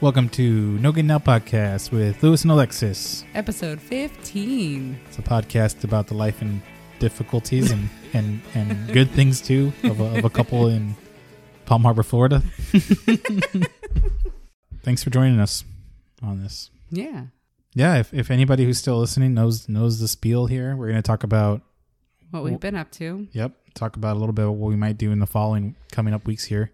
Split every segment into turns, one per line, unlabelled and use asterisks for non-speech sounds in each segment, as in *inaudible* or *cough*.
Welcome to No Getting Out Podcast with Lewis and Alexis. *laughs*
Episode 15.
It's a podcast about the life and difficulties and, and, and good things, too, of a, of a couple in Palm Harbor, Florida. Thanks for joining us on this.
Yeah.
Yeah, if, if anybody who's still listening knows knows the spiel here, we're going to talk about,
What we've been up to.
yep, talk about a little bit of what we might do in the following coming up weeks here.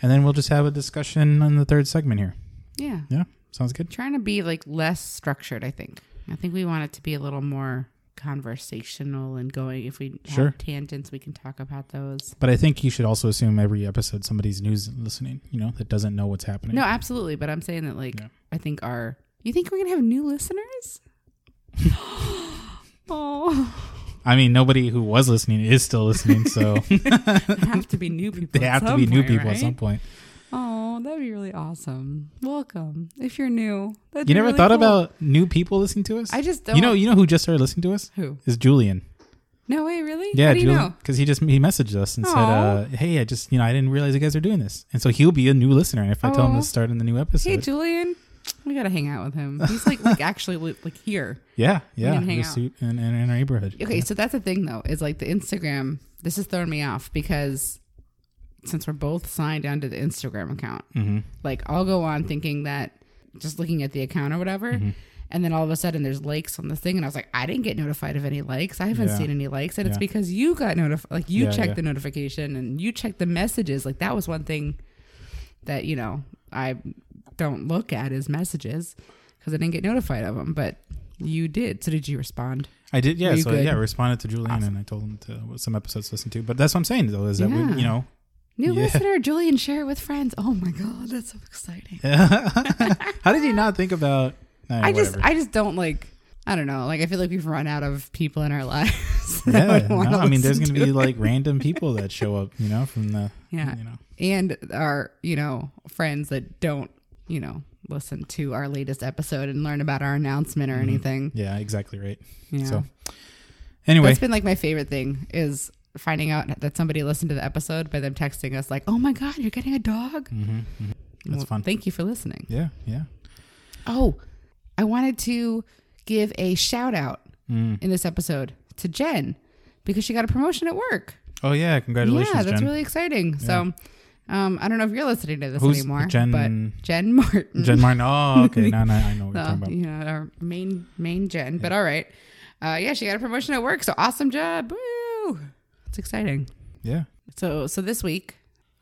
And then we'll just have a discussion on the third segment here.
Yeah.
Yeah, sounds good.
Trying to be like less structured, I think. I think we want it to be a little more conversational and going. If we
Sure.
have tangents, we can talk about those.
But I think you should also assume every episode somebody's news listening, you know, that doesn't know what's happening.
No, absolutely. But I'm saying that, like,
Yeah.
I think our. You think we're going to have
*laughs*
new listeners? *gasps* oh,
I mean, nobody who was listening is still listening,
*laughs*
so
there have to be new people.
they
at
have to
some
be new
point,
people
right?
at some point.
Oh, that'd be really awesome. Welcome. If you're new, that'd
You
be
never
really
thought
cool.
about new people listening to us?
I just don't.
you know, you know who just started listening to us
who?
is Julian.
No way, really?
Yeah,
How do you
Julian,
know?
because he just he messaged us and said,
Aw.
uh, "Hey, I just you know I didn't realize you guys are doing this," and so he'll be a new listener. And if I tell him
Aw.
to start in the new episode,
Hey, Julian, we gotta hang out with him. He's like, like actually, li- like here.
yeah, yeah,
can hang
just
out.
suit in, in, in our neighborhood.
Okay, so that's the thing though. Is like the Instagram. This is throwing me off because since we're both signed onto the Instagram account,
Mm-hmm.
like I'll go on thinking that just looking at the account or whatever.
Mm-hmm.
And then all of a sudden, there's likes on this thing, and I was like, I didn't get notified of any likes. I haven't
Yeah.
seen any likes, and it's
Yeah.
because you got notified. Like you
Yeah,
checked
yeah.
the notification and you checked the messages. Like that was one thing that you know I don't look at is messages because I didn't get notified of them. But you did. So did you respond?
I did, yeah.
Were you
So
good?
yeah, I responded to Julian and I told him to what some episodes to listen to. But that's what I'm saying though is that
Yeah.
we, you know,
New
Yeah.
listener, Julian, share it with friends. Oh my god, that's so exciting.
how did you not think about? nah,
I just,
whatever.
I just don't like. I don't know. Like, I feel like we've run out of people in our *laughs* lives. that
yeah.
would
no,
wanna
I mean, there's
listen
gonna
to
be
it. *laughs*
like random people that show up, you know, from the
Yeah.
you know,
and our, you know, friends that don't, you know, listen to our latest episode and learn about our announcement or anything.
yeah, exactly right.
Yeah.
Mm-hmm. So anyway,
That's been like my favorite thing is finding out that somebody listened to the episode by them texting us like, "Oh my god, you're getting a dog."
Mm-hmm, that's
Well,
fun.
Thank you for listening.
yeah, yeah.
Oh, I wanted to give a shout out
Mm.
in this episode to Jen because she got a promotion at work.
Oh yeah, congratulations,
yeah, that's
Jen.
really exciting. So, um, I don't know if you're listening to this
Who's
anymore,
Jen-
but Jen Martin, *laughs*
Jen Martin. Oh, okay. No, no, I know what you're
uh,
talking about.
you know, our main main Jen. But all right, uh, yeah, she got a promotion at work. So awesome job! Woo! It's exciting.
Yeah.
So, so this week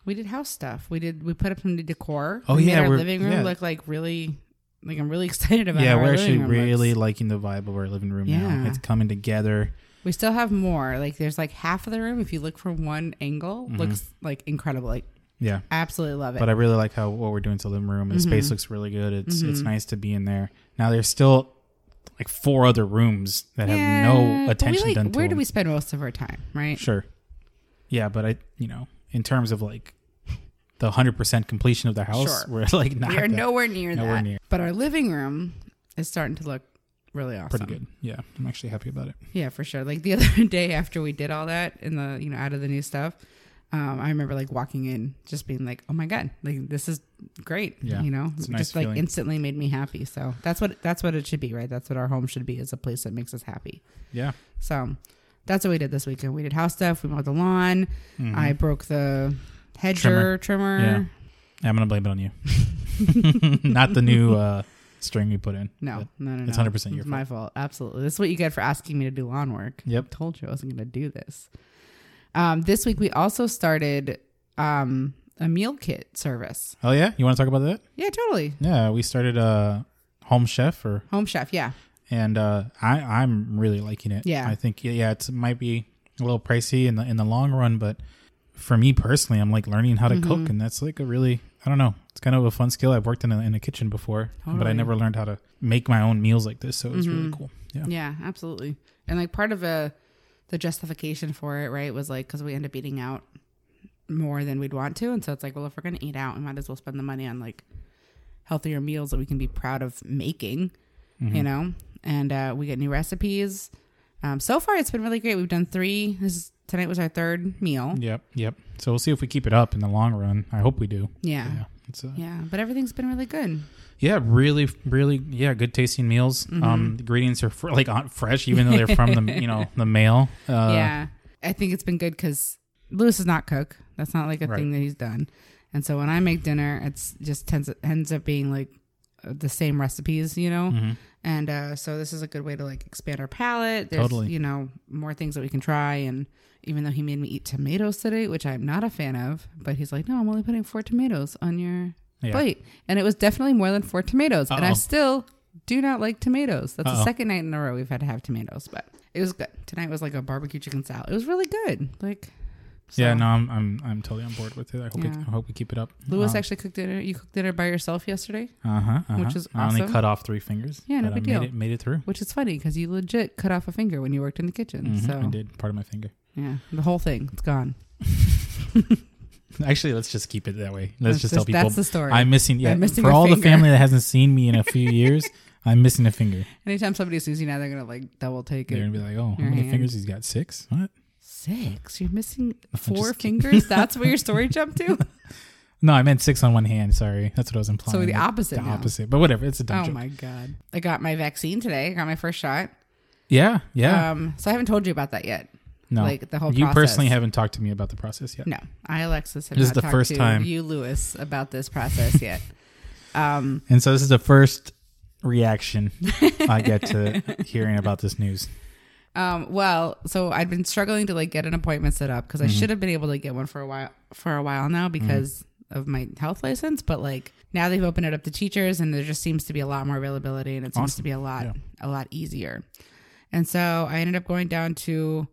we did house stuff. We did we put up some new decor.
Oh,
we
yeah,
made our
we're-
living room
yeah.
look like really like I'm really *laughs* excited about.
Yeah,
how our
we're actually
living room looks.
really liking the vibe of our living room now.
Yeah.
It's coming together.
We still have more. Like there's like half of the room. If you look from one angle, looks like incredible. Like
Yeah.
absolutely love it.
Mm-hmm. but I really like how what we're doing to the living room. The space
Mm-hmm.
looks really good. It's it's nice to be in there. Now there's still like four other rooms that have
Yeah,
no
but we,
attention
like,
done to
Where do
them.
we spend most of our time? Right.
Sure. Yeah, but I you know in terms of like the hundred percent completion of the house,
Sure.
we're like not
We are
that-
nowhere near
Nowhere
that.
near.
But our living room is starting to look really awesome.
pretty good. Yeah, I'm actually happy about it.
Yeah, for sure. Like the *laughs* other day after we did all that in the you know out of the new stuff, um, I remember like walking in just being like, oh my god, like this is great.
Yeah,
you know,
it's a nice
just like
feeling.
instantly made me happy. So that's what that's what it should be, right? That's what our home should be is a place that makes us happy.
Yeah.
So that's what we did this weekend. We did house stuff. We mowed the lawn.
Mm-hmm.
I broke the hedger trimmer.
Yeah. Yeah, I'm gonna blame it on you. *laughs* not the new uh string you put in.
No,
but-
no, no, no.
it's 100% your
It's my fault. Absolutely. This is what you get for asking me to do lawn work.
Yep.
Told you I wasn't going to do this. Um, this week we also started um, a meal kit service.
Oh yeah, you want to talk about that?
Yeah, totally.
Yeah, we started uh Home Chef or
Home chef. Yeah.
and uh, I I'm really liking it.
Yeah.
I think yeah, it's it might be a little pricey in the in the long run, but for me personally, I'm like learning how to cook,
Mm-hmm.
and that's like a really I don't know, it's kind of a fun skill. I've worked in a in a kitchen before, but I
Totally. Mm-hmm.
never learned how to make my own meals like this, so it's really cool. Yeah,
Yeah, absolutely. And like part of a, the justification for it, right, was like because we end up eating out more than we'd want to. And so it's like, well, if we're going to eat out, we might as well spend the money on like healthier meals that we can be proud of making,
Mm-hmm.
you know? And uh, we get new recipes. Um, so far, it's been really great. We've done three. This is, tonight was our third meal.
Mm, yep, yep. So we'll see if we keep it up in the long run. I hope we do.
Yeah.
Yeah. It's a, yeah.
Yeah, but everything's been really good.
really, really, yeah, good tasting meals.
Mm-hmm.
Um, the ingredients are fr- like on fresh, even though they're from the you know the
*laughs*
mail. Uh,
yeah, I think it's been good because Lewis is not cook. That's not like a
Right.
thing that he's done. And so when I make dinner, it's just tends ends up being like uh, the same recipes, you know.
Mm. mm-hmm.
And uh, so this is a good way to like expand our palate. There's,
Totally.
you know, more things that we can try. And even though he made me eat tomatoes today, which I'm not a fan of, but he's like, no, I'm only putting four tomatoes on your
Yeah.
plate, and it was definitely more than four tomatoes. And I
Uh-oh.
still do not like tomatoes. That's the
Uh-oh.
second night in a row we've had to have tomatoes, but it was good. Tonight was like a barbecue chicken salad. It was really good. Like, so-
Yeah, no, I'm, I'm I'm totally on board with it. I hope we,
Yeah.
I hope we keep it up. Um,
Lewis actually cooked dinner. You cooked dinner by yourself yesterday,
uh huh,
which is
I only
awesome.
cut off three fingers.
Yeah, no
but I
big
made
deal.
It, made it through.
which is funny because you legit cut off a finger when you worked in the kitchen.
Mhm,
Mm-hmm, so
I did part of my finger. *laughs*
yeah, the whole thing it's gone.
Actually, let's just keep it that way. Let's just, tell people
that's the story.
I'm missing. Yeah,
I'm missing
for
a
all the
finger.
family that hasn't seen me in a
*laughs*
few years, I'm missing a finger.
Anytime somebody sees you now, they're gonna like double take
They're gonna
it.
be like, "Oh, how
Your
many
hand.
fingers he's got? Six? What? *laughs*
Six? You're missing four
just kidding.
fingers? That's where
*laughs*
your story jumped to?
No, I meant six on one hand. Sorry, that's what I was implying.
So the
Like,
opposite.
the
now.
opposite. But whatever, it's a dumb
Oh
joke.
my god! I got my vaccine today. I got my first shot.
Yeah, yeah.
Um, so I haven't told you about that yet.
no,
like the whole
you personally
process.
haven't talked to me about the process yet.
No, I Alexis have
This is
not
the
talked
first
to
time.
you Lewis about this process yet. *laughs* um,
And so this is the first reaction I get to *laughs* hearing about this news.
um, well, so I'd been struggling to like get an appointment set up because
Mm-hmm.
I should have been able to get one for a while for a while now because of my health license. But like now they've opened it up to teachers, and there just seems to be a lot more availability, and it seems to be a lot
Yeah.
a lot easier. And so I ended up going down to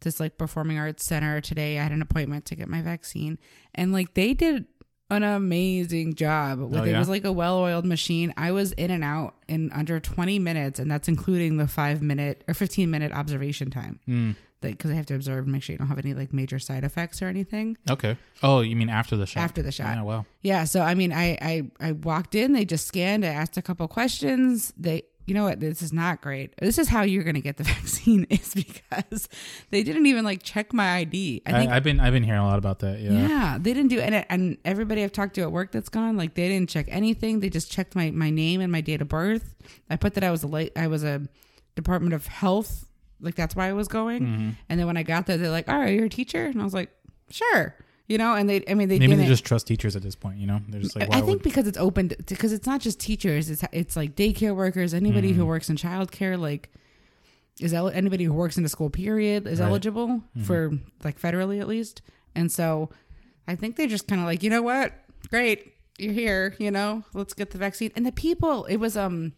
this like performing arts center today. I had an appointment to get my vaccine, and like they did an amazing job. With,
Oh, yeah?
It was like a well-oiled machine. I was in and out in under 20 minutes, and that's including the five minute or 15 minute observation time.
Hmm.
Because I have to observe and make sure you don't have any like major side effects or anything.
Okay. Oh, you mean after the shot?
After the shot.
Yeah. Wow.
Yeah, so I mean, I I I walked in. They just scanned. I asked a couple questions. They, you know what? This is not great. This is how you're gonna get the *laughs* vaccine is because they didn't even like check my ID. I
I
think.
I, have been I've been hearing a lot about that. Yeah.
yeah, they didn't do and and everybody I've talked to at work that's gone like they didn't check anything. They just checked my my name and my date of birth. I put that I was a late I was a Department of Health like that's why I was going. And then when I got there, they're like, "All right, you're a teacher," and I was like, "Sure," you know. And they I mean they
Maybe
didn't
they just trust teachers at this point. You know, they're just like,
I
"Why
I think
would
because it's open because it's not just teachers. It's it's like daycare workers, anybody
Mm.
who works in childcare, like is el- anybody who works in a school period is
Right. Mm-hmm.
eligible for like federally at least. And so I think they're just kind of like, you know what, great, you're here, you know, let's get the vaccine. And the people, it was um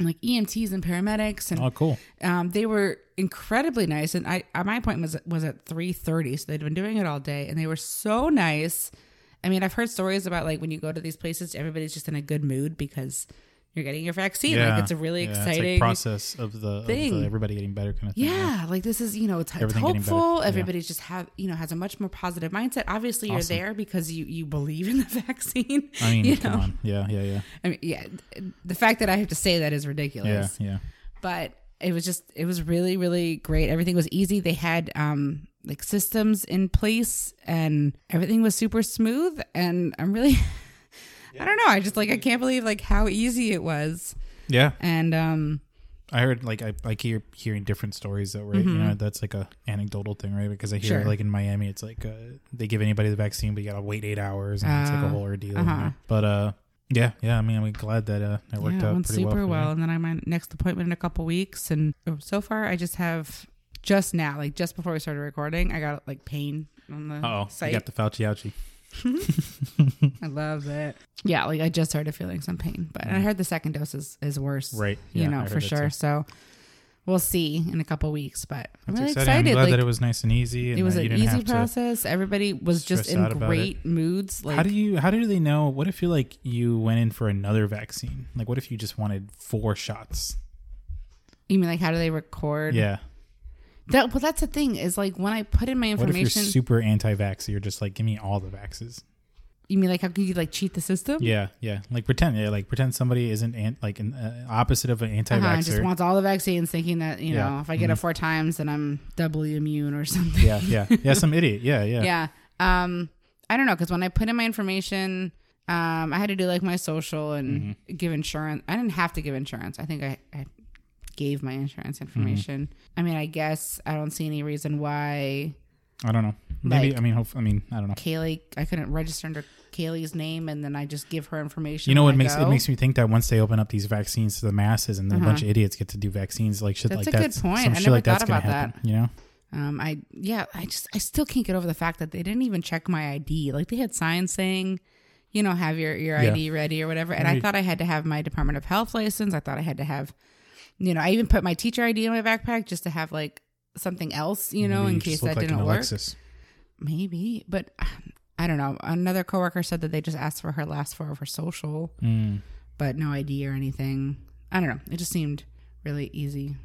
like EMTs and paramedics and
Oh, cool.
um, they were incredibly nice, and I uh, my appointment was was at three thirty, so they'd been doing it all day, and they were so nice. I mean, I've heard stories about like when you go to these places, everybody's just in a good mood because you're getting your vaccine. Like it's a really
Yeah,
exciting
it's like process of the, of the
thing.
everybody getting better kind of thing.
yeah, like this is you know it's, it's
Everything getting better.
hopeful.
Yeah.
Everybody's just have you know has a much more positive mindset. Obviously, you're
Awesome.
there because you you believe in the *laughs* vaccine.
I mean,
*laughs* you
come on. Yeah, yeah, yeah.
I mean, yeah, th- the fact that I have to say that is ridiculous.
Yeah, yeah.
but it was just it was really really great everything was easy they had um like systems in place and everything was super smooth and i'm really *laughs* i don't know i just like i can't believe like how easy it was
Yeah.
and um
I heard like I, I keep hearing different stories though, right? You know, that's like a anecdotal thing, right? Because I hear
Mm-hmm. Sure.
like in Miami, it's like uh, they give anybody the vaccine, but you gotta wait eight hours, and it's like a
Uh,
whole ordeal. you
uh-huh.
know? But uh, yeah, yeah. I mean, I'm glad that uh, that worked
yeah, it
out
went
pretty well.
super well,
for you.
and then i'm my next appointment in a couple weeks and oh, so far i just have just now like just before we started recording i got like pain on the
Uh-oh, you
site
got the Fauci ouchie.
i love it yeah like i just started feeling some pain but
Mm.
i heard the second dose is is worse
Right.
you
Yeah, I
know,
heard
for
that, too.
sure. So we'll see in a couple weeks, but I'm
That's
really
exciting.
excited.
I'm glad
like,
that it was nice and easy.
it,
And
was
that
an
you didn't
easy
have to-
process. Everybody was just
stress
in
out about
great moods. Like,
how do you? How do they know? What if you like you went in for another vaccine? Like, what if you just wanted four shots?
you mean like how do they record?
Yeah.
That, well, that's the thing is like when I put in my
What if you're
information,
super anti-vax? You're just like, give me all the vaxes.
you mean like how can you like cheat the system?
Yeah, yeah. Like pretend, yeah, like pretend somebody isn't an, like an uh, opposite of an
Uh-huh,
anti-vaxxer.
I just wants all the vaccines, thinking that you know
Yeah. Mm-hmm.
if I get it four times, then I'm doubly immune or something. *laughs*
yeah, yeah, yeah. Some idiot. Yeah, yeah,
Yeah. Um, I don't know because when I put in my information, Um, I had to do like my social and
Mm-hmm.
give insurance. I didn't have to give insurance. I think I, I gave my insurance
Mm-hmm.
information. I mean, I guess I don't see any reason why
I don't know. Maybe
Like-
I mean, hope, I mean, I don't know.
Kaylee. I couldn't register under Kaylee's name, and then I just give her information.
You know
when
what
I
makes
go. Uh-huh.
it makes me think that once they open up these vaccines to the masses and then a bunch of idiots get to do vaccines like shit
That's a
like
good
that,
point.
some
I
shit
never
like that's
thought
gonna
about
happen. You know,
Um, I yeah, I just I still can't get over the fact that they didn't even check my ID. Like they had signs saying, you know, have your your
Yeah.
ID ready or whatever. And I
Right.
thought I had to have my Department of Health license. I thought I had to have, you know, I even put my teacher ID in my backpack just to have like something else, you know,
Maybe
in
just
case
look
that
like an
didn't work.
Alexis.
Maybe, but *sighs* um, I don't know. Another coworker said that they just asked for her last four of her social,
Mm,
but no ID or anything. I don't know. It just seemed really easy.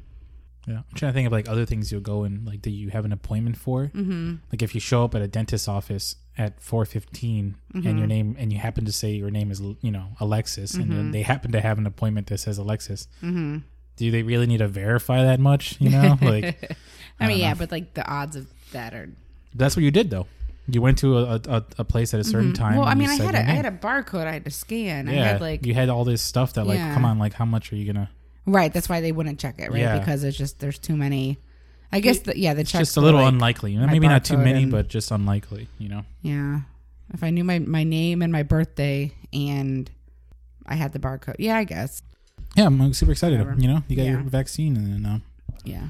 yeah, I'm trying to think of like other things you'll go and like that you have an appointment for.
Mm-hmm.
Like if you show up at a dentist's office at 4:15 and
Mm-hmm.
your name and you happen to say your name is you know Alexis and then they happen to have an appointment that says Alexis.
Mm-hmm.
Do they really need to verify that much? You
*laughs*
know, like
I mean,
don't
yeah, but like the odds of that are
that's what you did though. You went to a a, a place at a certain time.
Mm-hmm. Well, I
and
mean,
you
I
said
had a,
your
I
name.
had a barcode I had to scan. I
yeah,
had like
you had all this stuff that like,
Yeah.
come on, like how much are you gonna?
right. That's why they wouldn't check it, right?
Yeah.
Because it's just there's too many. I guess the, yeah, the
It's
checks
just a little
were, like,
unlikely. You know,
my
Maybe not too
barcode
many,
and-
but just unlikely. You know.
yeah. If I knew my my name and my birthday and I had the barcode, yeah, I guess
Yeah, I'm like, super excited.
Whatever.
You know, you got your
Yeah.
vaccine, and then uh,
yeah.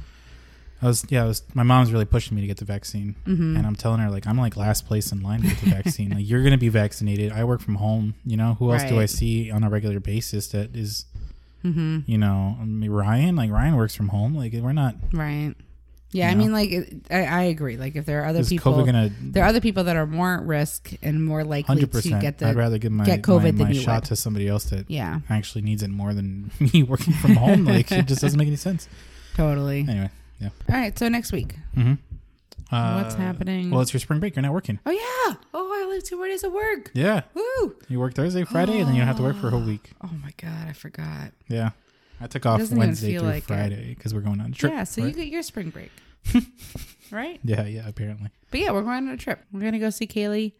I was yeah, I was. My mom's really pushing me to get the vaccine,
Mm-hmm.
and I'm telling her like I'm like last place in line to get the vaccine. like you're gonna be vaccinated. I work from home. You know, who else do
Right.
I see on a regular basis that is,
Mm-hmm,
you know, I mean, Ryan? Like Ryan works from home. Like we're not.
Right. Yeah, I
know?
mean, like it, I, I agree. Like if there are other
Is
people,
COVID gonna?
there are other people that are more at risk and more likely
Hundred
to get
percent.
the
I'd rather give my
get COVID
my,
than
my
you
shot
would.
to somebody else that
yeah,
actually needs it more than *laughs* me working from home. Like it just doesn't make any sense.
totally.
Anyway, yeah.
All right, so next week,
Uh,
what's happening?
Well, it's your spring break. You're not working.
oh yeah, oh I live two more days of work.
Yeah,
Woo!
you work Thursday, Friday, and then you don't have to work for a whole week.
Oh my god, I forgot.
Yeah, I took off
doesn't even
Wednesday
feel
through
like it.
Friday because we're going on a trip.
yeah, so you
right?
get your
*laughs*
spring break, right?
Yeah, yeah. Apparently,
But yeah, we're going on a trip. We're gonna go see Kaylee.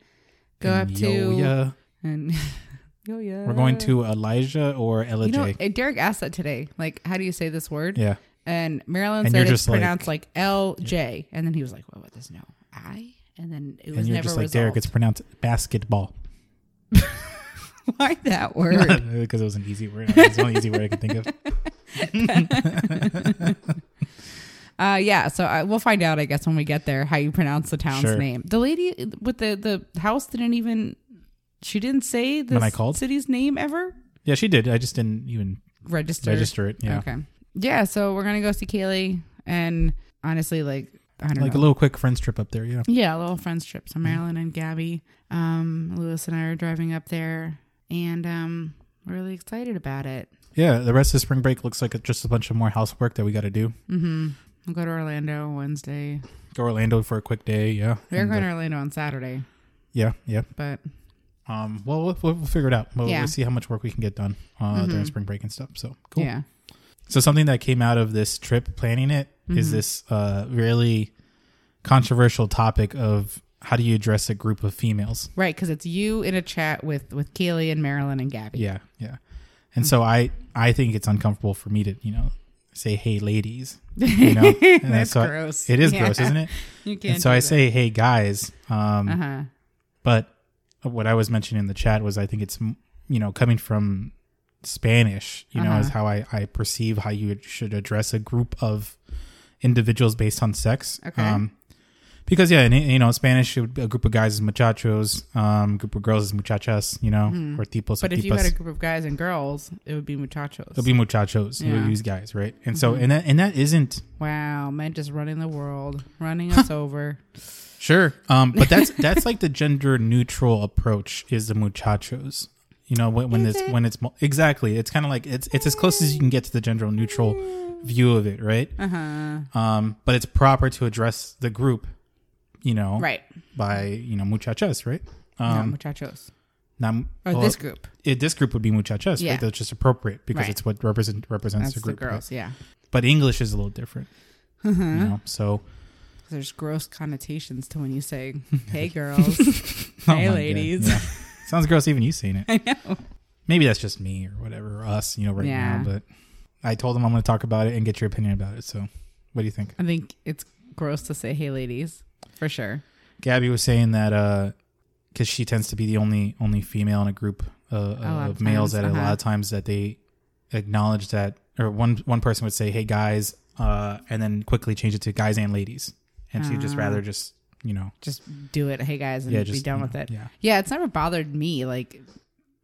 Go
And
up to
yo, yeah.
and *laughs* yo yeah.
We're going to Elijah or Elijah.
You know, eh, Derek asked that today. Like, how do you say this word?
yeah,
And Marilyn
And
said
you're
it's
just like-
pronounced like L J, and then he was like, "Well, what does no I?" And then it was
and you're
never
just like
resolved.
Derek. It's pronounced basketball
*laughs*
*laughs*
Why that word?
because it was an easy word. It's the only easy word I could think of.
uh, yeah. So uh, we'll find out, I guess, when we get there, how you pronounce the town's
Sure.
name. The lady with the the house didn't even. She didn't say the
When I called?
city's name ever.
Yeah, she did. I just didn't even
register.
register it. Yeah,
Okay. Yeah. So we're gonna go see Kaylee, and honestly, like I
like
don't
Mm-hmm. a
know.
little quick friends trip up there. Yeah.
yeah, a little friends trip. So Marilyn and Gabby, um, Lewis and I are driving up there, and um, we're really excited about it.
Yeah, the rest of spring break looks like just a bunch of more housework that we got to do.
Mm-hmm. We'll go to Orlando Wednesday.
Go Orlando for a quick day. Yeah,
We're
And,
going
uh,
to Orlando on Saturday,
yeah, yeah.
but
Um, well, we'll, we'll, we'll figure it out. We'll,
Yeah. Mm-hmm.
we'll see how much work we can get done uh, during spring break and stuff. So cool.
yeah,
So something that came out of this trip planning it is
Mm-hmm.
this uh, really controversial topic of how do you address a group of females?
right, because it's you in a chat with with Kaylee and Marilyn and Gabby.
Yeah, yeah. And so I I think it's uncomfortable for me to you know say hey ladies. You
*laughs*
know, And
That's
so I-
gross.
It is
Yeah. *laughs*
gross, isn't it?
You can't.
And so I say hey guys. Um,
uh huh.
but what I was mentioning in the chat was I think it's you know coming from Spanish, you know,
Uh-huh.
is how I I perceive how you should address a group of individuals based on sex. Um,
Okay.
because yeah, in, you know, Spanish, it would be a group of guys is muchachos, um, group of girls is muchachas, you know, or tipos.
Hmm. But
or
if you
tipas.
had a group of guys and girls, it would be muchachos.
It'll be muchachos. You
Yeah. Mm-hmm.
would use guys, right? And so, and that, and that isn't
Wow, men just running the world,
*laughs*
running us over.
Sure. Um, but
*laughs*
that's that's like the gender neutral approach is the muchachos. You know, when, when
Is
it's
it?
when it's mo- exactly, it's kind of like it's it's as close as you can get to the gender neutral
Mm.
view of it, right?
Uh huh.
Um, but it's proper to address the group, you know,
Right.
by you know muchachas, right?
No,
Oh, Um,
muchachos.
now,
Or
well,
this group.
it, this group would be muchachas,
Yeah.
right? That's just appropriate because
Right.
it's what represent represents
That's
the group.
the
right? *laughs*
girls. Mm. Yeah. Uh-huh.
But English is a little different, you know. So, *laughs*
There's gross connotations to when you say, "Hey girls,
Oh my
hey
God,
ladies." *laughs*
yeah. Sounds gross, even you saying it.
I know.
Maybe that's just me or whatever, or us, you know, right
Yeah.
now. But I told him I'm going to talk about it and get your opinion about it. So, what do you think?
I think it's gross to say, hey, ladies, for sure.
Gabby was saying that because she tends to be the only only female in a group uh, of
lot of
males
times,
that a
uh-huh.
lot of times that they acknowledge that or one one person would say hey guys uh, and then quickly change it to guys and ladies and she'd just rather just you know
Just do it, hey, guys, and
yeah
Ah. be
just
done
you
with
know,
it.
yeah
Yeah, it's never bothered me. Like,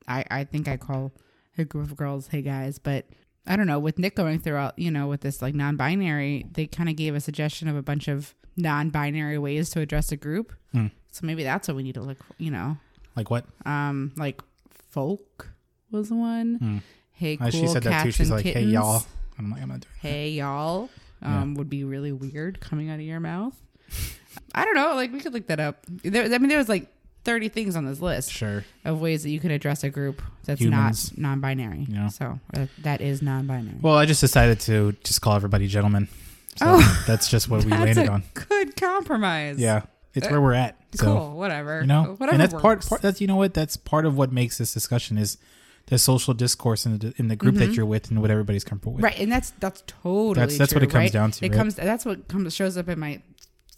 I I think I call a group of girls, hey guys, but I don't know. With Nick going throughout, you know, with this like non-binary, they kind of gave a suggestion of a bunch of non-binary ways to address a group.
Hmm.
So maybe that's what we need to look. You know,
like what
um, like folk was one.
Hmm.
Hey, cool
Uh, she said
cats
that too she's
and
like
kittens.
hey y'all I'm like I'm not doing
Hey y'all, um, would be really weird coming out of your mouth. I don't know. Like we could look that up. There, I mean, there was like thirty things on this list
sure
of ways that you can address a group that's
Humans.
not non-binary.
Yeah.
So uh, that is non-binary.
well I just decided to just call everybody gentlemen so
Oh.
*laughs* that's just what we
*laughs* that's
landed
a
on
good compromise.
yeah it's where we're at so.
cool. Whatever.
you know
Whatever.
and that's part,
works.
part that's you know what that's part of what makes this discussion is the social discourse in the, in the group that you're with and what everybody's comfortable with
Mm-hmm. Right, and that's that's totally
That's- that's what
true,
it comes
right?
down to,
It
right?
comes that's what comes shows up in my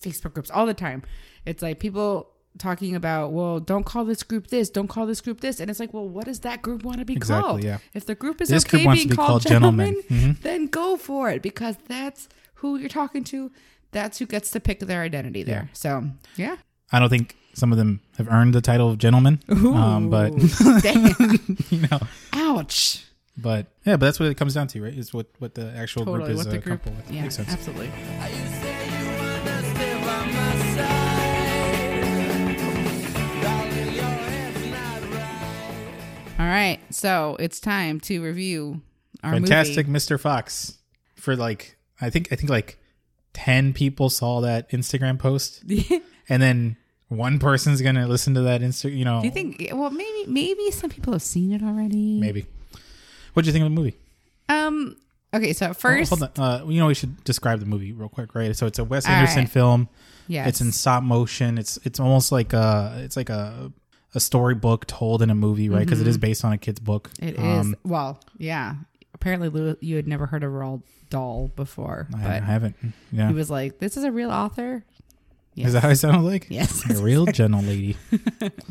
Facebook groups all the time. It's like people talking about, well, don't call this group this, don't call this group this, and it's like, well, what does that group want to be
Exactly,
called?
yeah.
If the group is
This
okay
group wants
being
to be
called,
called
gentlemen,
gentlemen. Mm-hmm.
then go for it because that's who you're talking to. That's who gets to pick their identity there. So
*laughs*
yeah,
i don't think some of them have earned the title of gentleman um but
Ooh, damn,
you know
ouch,
but yeah but that's what it comes down to right is what what the actual
totally.
group is
what
uh,
the group?
comfortable with
Yeah,
makes sense
absolutely.
You say you wanna stay by my side. Darling, your head's not right.
All right, so it's time to review our
fantastic
movie.
mr fox for like i think i think like 10 people saw that instagram post and then one person's gonna listen to that insta you know
Do *laughs* you think? Well, maybe maybe some people have seen it already.
maybe what do you think of the movie
Um. Okay. So at first,
Hold on. Uh, you know, we should describe the movie real quick, right? So it's a Wes
All
Anderson
right.
film.
yeah,
It's in stop motion. It's it's almost like a it's like a a storybook told in a movie, right? Because is based on a kid's book.
Mm-hmm. It is.
Um,
Well, yeah. Apparently, Lou, you had never heard of Roald Dahl before,
I, I
but
haven't. Yeah.
he was like, "This is a real author." Yes.
Is that how it sounded like?
yes.
*laughs*
*laughs*
A real gentle lady.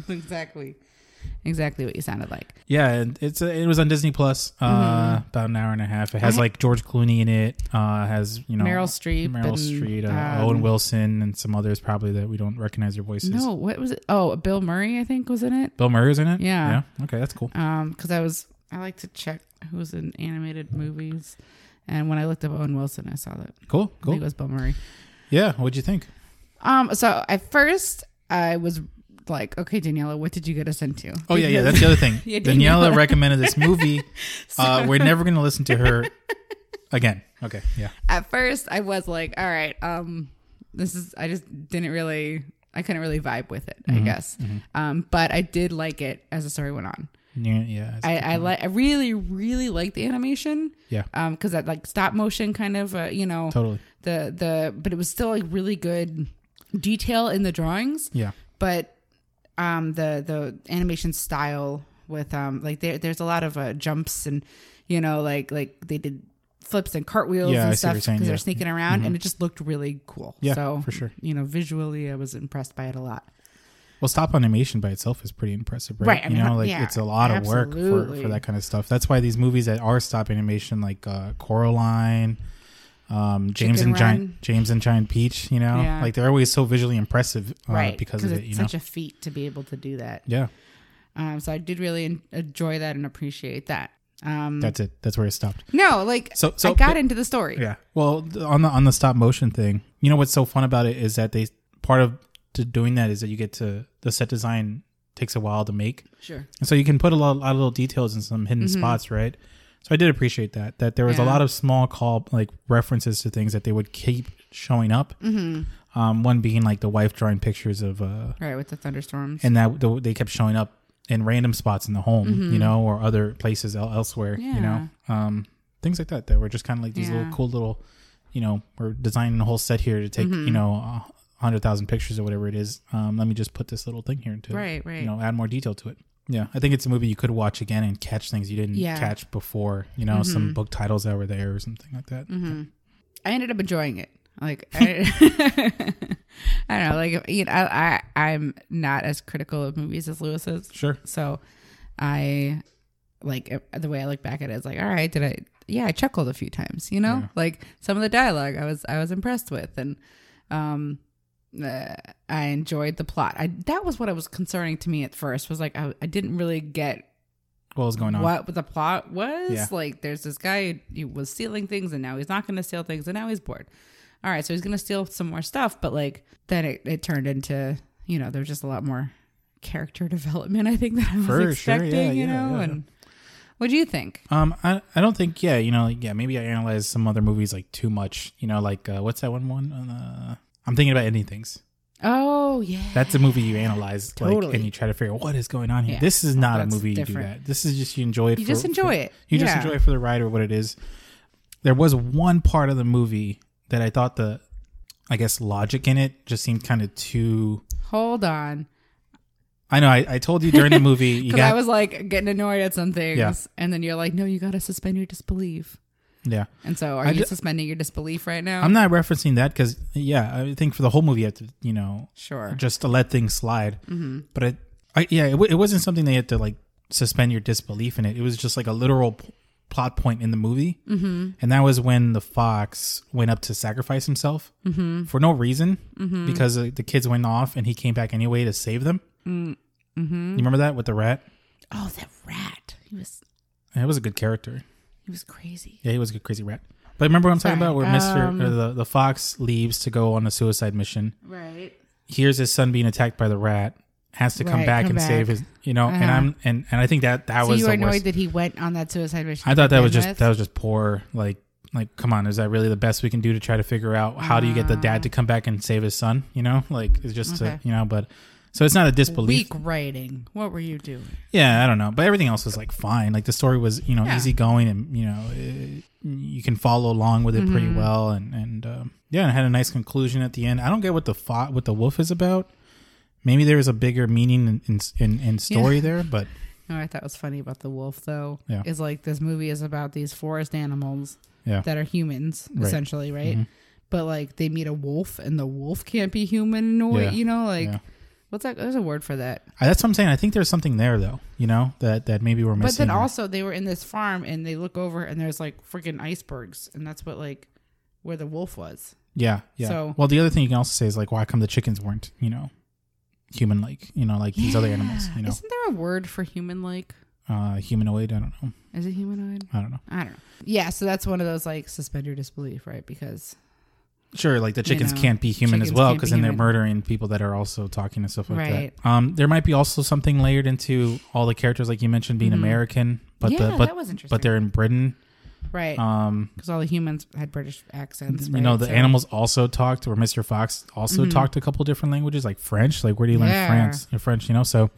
exactly. Exactly what you sounded like.
Yeah, and it's a, it was on Disney Plus. Uh, about an hour and a half. It has
Mm-hmm. I-
like George Clooney in it. Uh, has you know
Meryl Streep
Meryl
and,
Streep, uh,
um,
Owen Wilson, and some others probably that we don't recognize their voices.
No, what was it? Oh, Bill Murray, I think was in it.
Bill Murray's in it.
Yeah.
Yeah. Okay, that's cool.
Um, because I was I like to check who's in animated movies, and when I looked up Owen Wilson, I saw that
Cool.
I think it
Cool.
was Bill Murray.
Yeah. What'd you think?
Um, so at first I was like, okay, Daniela, what did you get us into?
Oh yeah, yeah.
Because-
That's the other thing.
*laughs* Yeah,
Daniela,
Daniela.
recommended this movie.
*laughs*
uh, we're never going to listen to her again. Okay. Yeah.
at first I was like, all right, um, this is I just didn't really I couldn't really vibe with it,
Mm-hmm.
I guess. Um, but I did like it as the story went on.
Yeah. yeah
I, I like I really, really liked the animation.
yeah.
Um, because that like stop motion kind of uh, you know
Totally.
the the but it was still like really good detail in the drawings.
Yeah.
but um the the animation style with um like there there's a lot of uh, jumps and you know like like they did flips and cartwheels
Yeah, I see what you're
and stuff because
saying, yeah. Mm-hmm.
they're sneaking around and it just looked really cool
Yeah,
so
for sure.
you know visually i was impressed by it a lot
Well, stop animation by itself is pretty impressive, right?
Right, I
you
mean,
know, like
yeah,
it's a lot of work for,
absolutely.
for that kind of stuff. That's why these movies that are stop animation, like uh, Coraline, um, James
Chicken
and
Run.
Giant James and Giant Peach, you know,
Yeah.
like they're always so visually impressive uh,
right
because of
it's
it. You know.
such a feat to be able to do that
yeah.
um so i did really en- enjoy that and appreciate that um
That's it. That's where it stopped.
no like
So-
i
so-
got into the story
Yeah. Well, th- on the on the stop motion thing, you know what's so fun about it is that they part of to doing that is that you get to the set design takes a while to make,
sure
and so you can put a lot, lot of little details in some hidden spots, right? So I did appreciate that that there was a
Mm-hmm. Yeah.
lot of small call like references to things that they would keep showing up. Mm-hmm. Um, one being like the wife drawing pictures of uh,
right with the thunderstorms
and that the, they kept showing up in random spots in the home,
Mm-hmm.
you know, or other places el- elsewhere, you know, um, things like that that were just kind of like these
Yeah.
little cool little, you know, we're designing a whole set here to take,
Mm-hmm.
you know, a hundred thousand pictures or whatever it is. Um, let me just put this little thing here to,
Right, right.
you know, add more detail to it. Yeah, I think it's a movie you could watch again and catch things you didn't
Yeah. Mm-hmm.
catch before. You know, some book titles that were there or something like that.
Mm. I ended up enjoying it.
*laughs*
Like I, *laughs* I don't know. Like you know, I, I I'm not as critical of movies as Lewis is,
Sure.
so I like e, the way I look back at it is like, all right, did I? Yeah, I chuckled a few times. You know,
Yeah.
like some of the dialogue I was I was impressed with, and um, uh, I enjoyed the plot. I that was what I was concerning to me at first was like I I didn't really get
What was going on?
what the plot was.
Yeah.
Like, there's this guy who was stealing things, and now he's not going to steal things, and now he's bored. All right, so he's going to steal some more stuff, but like then it, it turned into you know there's just a lot more character *laughs* development. I think that I was
For sure, yeah,
expecting,
yeah,
you know.
yeah, yeah.
And what do you think?
Um, I I don't think yeah, you know, like, yeah, maybe I analyze some other movies like too much. You know, like uh, what's that one one? Uh, I'm thinking about ending things.
Oh yeah,
That's a movie you analyze like,
Totally.
and you try to figure out what is going on here.
Yeah.
This is not a
That's
movie you do
different.
that. This is just you enjoy it.
you just
for-
enjoy
for-
it.
You just
Yeah.
enjoy it for the ride or what it is. There was one part of the movie that I thought the, I guess logic in it just seemed kind of too.
Hold on,
I know I, I told you during the
*laughs*
movie you
because
got
I was like getting annoyed at some things,
Yeah.
and then you're like, no, you got to suspend your disbelief.
yeah.
And so, are
I
you
ju-
suspending your disbelief right now?
I'm not referencing that because yeah, I think for the whole movie you have to you know
sure.
just to let things slide. But it, I, yeah, it, w- it wasn't something they had to like suspend your disbelief in it. It was just like a literal p- plot point in the movie, mm-hmm. and that was when the fox went up to sacrifice himself for no reason because uh, the kids went off and he came back anyway to save them. Mm-hmm. You remember that with the rat?
Oh, that rat. He was
It was a good character.
he was crazy.
Yeah, he was a good crazy rat. But remember what I'm talking
Sorry,
about, where Mister uh,
um,
the the fox leaves to go on a suicide mission.
Right.
hears his son being attacked by the rat, has to come
Right,
back
come
and
back.
save his, you know, and
Uh-huh.
I'm and and I think that that
So
was
you
the
were annoyed
worst.
that he went on that suicide mission.
I thought that was
to
just
begin
that
with?
was just poor. Like like come on, is that really the best we can do to try to figure out how do you get the dad to come back and save his son? You know, like it's just to-
Okay.
you know, but so it's not a disbelief.
weak writing. What were you doing?
Yeah, I don't know, but everything else was like fine. Like the story was you know
Yeah.
easygoing and you know. It, you can follow along with it pretty
Mm-hmm.
well, and and um, yeah, it had a nice conclusion at the end. I don't get what the fo- what the wolf is about. Maybe there was a bigger meaning and in, in, in story there, but
You know, what I thought was funny about the wolf though.
Yeah.
Is like this movie is about these forest animals
yeah,
that are humans
Right.
essentially, *laughs* right?
mm-hmm.
But like they meet a wolf and the wolf can't be human in a way,
Yeah.
you know, like
Yeah.
what's that? There's a word for that.
I, that's what I'm saying. I think there's something there though, you know, that that maybe we're
But
missing.
then also they were in this farm and they look over and there's like freaking icebergs and that's what like where the wolf was.
yeah, yeah.
so-
well, the other thing you can also say is like, why come the chickens weren't you know human like you know like these other animals you know
Isn't there a word for human like?
uh, humanoid? I don't know.
Is it humanoid?
I don't know.
I don't know. Yeah, so that's one of those like suspend your disbelief, right? Because
Sure, like the chickens
know,
can't be human as
chickens
well
can't
because
be
then they're
human.
murdering people that are also talking and stuff like
Right.
that. Um, there might be also something layered into all the characters, like you mentioned, being American, but
Mm-hmm.
the
Yeah, that
but
was
but
interesting.
they're in Britain.
right,
Um,
because all the humans had British accents.
you know,
right?
the
So- Mm-hmm.
animals also talked, or Mister Fox also talked a couple different languages, like French. Like, where do you learn
Yeah.
France? In French, you know. So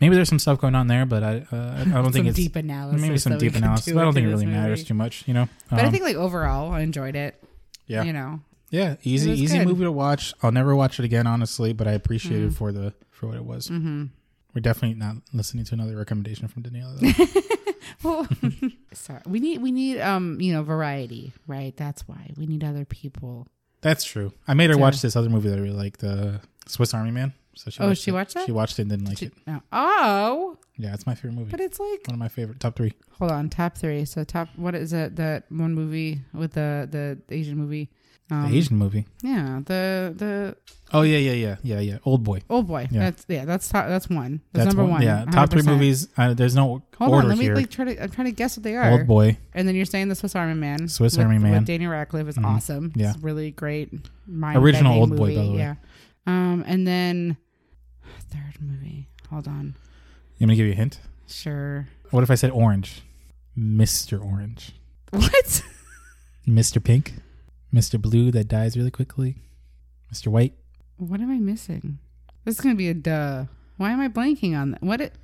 maybe there's some stuff going on there, but I uh, I don't
Some
think it's
deep analysis.
maybe some
that we
deep
could
analysis.
do
But I don't think it
into
really
this
matters
movie.
too much, you know.
But I
Um,
think like overall, I enjoyed it.
yeah,
You know,
Yeah, easy,
It was
easy
good. Mm.
movie to watch. I'll never watch it again, honestly, but I appreciate it for the for what it was. Mm-hmm. We're definitely not listening to another recommendation from Daniela.
*laughs*
though.
well, *laughs* sorry, we need we need um you know variety, right? That's why we need other people.
That's true. I made her watch this other movie that I really like, the Swiss Army Man. So she
Oh,
watched
she
it.
watched that?
She watched it and didn't like it.
No. Oh,
Yeah, it's my favorite movie.
but it's like
One of my favorite top three.
hold on, top three. So top what is it? That one movie with the the Asian movie. Um,
the Asian movie.
Yeah, the the
Oh yeah, yeah, yeah, yeah, yeah. Old boy.
Oh boy,
Yeah.
that's yeah, that's top, that's one. That's, number one.
Yeah, top three
100%.
movies. Uh, there's no
Hold
order
on, let me
here.
like try to. I'm trying to guess what they are.
Old boy.
And then you're saying the Swiss Army Man.
Swiss
with-
Army Man. Mm-hmm.
With Daniel Radcliffe is awesome.
Yeah.
it's a really great.
Original
Original
Old
old
Boy,
movie.
by the way.
Yeah. Um, and then third movie. Hold on.
You want me to give you a hint?
Sure. *laughs*
What if I said orange? Mr. Orange.
What?
Mr. Pink, Mr. Blue that dies really quickly, Mr. White.
What am I missing? This is gonna be a duh. Why am I blanking on that? What it?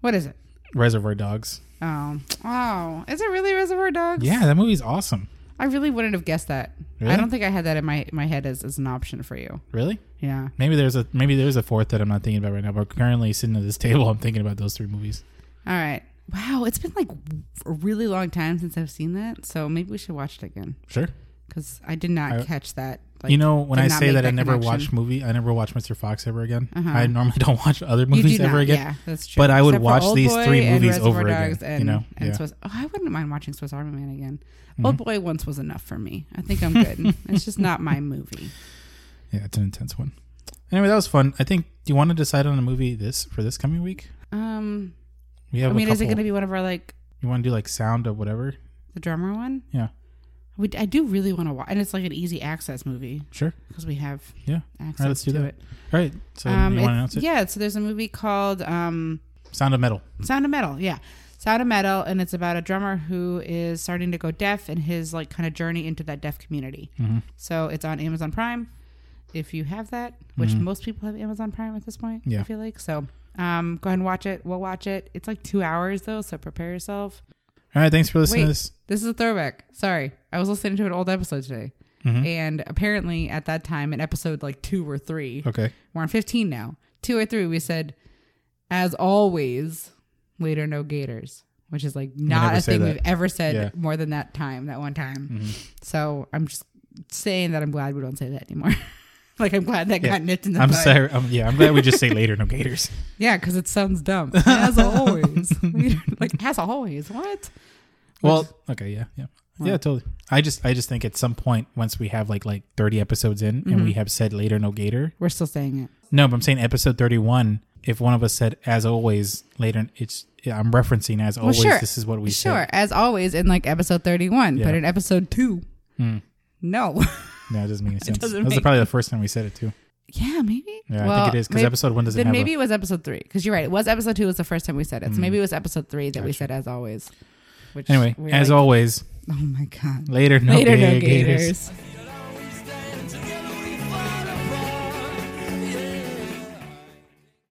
What is it? Um,
Reservoir Dogs.
Oh, oh, is it really Reservoir Dogs?
Yeah, that movie's awesome.
I really wouldn't have guessed that. I
Really?
don't think I had that in my, my head as, as an option for you.
Really?
Yeah.
Maybe there's a maybe there's a fourth that I'm not thinking about right now. But currently sitting at this *laughs* table, I'm thinking about those three movies.
All right. Wow, it's been like a really long time since I've seen that, so maybe we should watch it again
Sure.
because I did not
I-
catch that. Like,
you know, when
did
I
not
say
make
that, I never
connection.
watch movie, I never watch Mr. Fox ever again.
Uh-huh.
I normally *laughs* don't watch other
You do
movies ever
not,
again.
Yeah, that's true.
But I would
Except for
watch
Old
these
Boy
three
and
movies
Reservoir
over again,
Dogs
you
And,
know?
and
Yeah. Mm-hmm.
Swiss, oh, I wouldn't mind watching Swiss Army Man again. Old Boy once was enough for me. I think
*laughs*
I'm good. it's just not my movie.
Yeah, it's an intense one. Anyway, that was fun. I think. Do you want to decide on a movie this for this coming week?
Um,
We
I
have.
mean,
a
is
couple.
it going to be one of our like
You want to do like sound of whatever?
the drummer one?
Yeah.
We, I do really want to watch, and it's like an easy access movie
Sure.
because we have
Yeah. All
access
right, let's do
to
that.
it.
right. So
Um,
you want to
it's-
announce it?
Yeah, so there's a movie called um,
Sound of Metal.
Sound of Metal. Yeah, Sound of Metal, and it's about a drummer who is starting to go deaf and his like kind of journey into that deaf community.
Mm-hmm.
So it's on Amazon Prime if you have that, which most people have Amazon Prime at this point.
Mm-hmm. Yeah.
I feel like so. Um, go ahead and watch it. We'll watch it. It's like two hours though, so prepare yourself.
All right. Thanks for listening
Wait,
to this.
this is a throwback. Sorry, I was listening to an old episode today,
Mm-hmm.
and apparently at that time, in episode like two or three, *laughs*
Okay.
we're on 15 now. Two or three, we said, as always, later no gators, which is like not
never
a
say
thing
that.
we've ever said
Yeah. Mm-hmm.
more than that time, that one time. So I'm just saying that I'm glad we don't say that anymore. *laughs* like I'm glad that
Yeah.
got nipped in the
I'm
butt.
sorry. Um, yeah, I'm glad we just say later.
*laughs*
No gators.
Yeah, because it sounds
*laughs*
dumb. As always, *laughs* like as always, what?
Well, okay, yeah, yeah, yeah, totally. I just, I just think at some point, once we have like like thirty episodes in,
Mm-hmm.
and we have said later no gator.
We're still saying it.
No, but I'm saying episode thirty-one. If one of us said as always later, it's yeah, I'm referencing as always.
sure.
This is what we
Sure,
said.
as always, in like episode 31,
Yeah. Hmm.
but in episode two, no. *laughs*
No, it doesn't make any sense.
doesn't
That was
make-
probably the first time we said it too.
Yeah, maybe.
Yeah, I think it is, 'cause episode one doesn't
Then
have
maybe
a- Mm-hmm.
it was episode three because you're right. It was episode two was the first time we said it. So maybe it was episode three that we said as always. Which
Anyway,
we're
as
like,
always,
*laughs* oh my god,
later no,
later no
ga-
gators.
I feel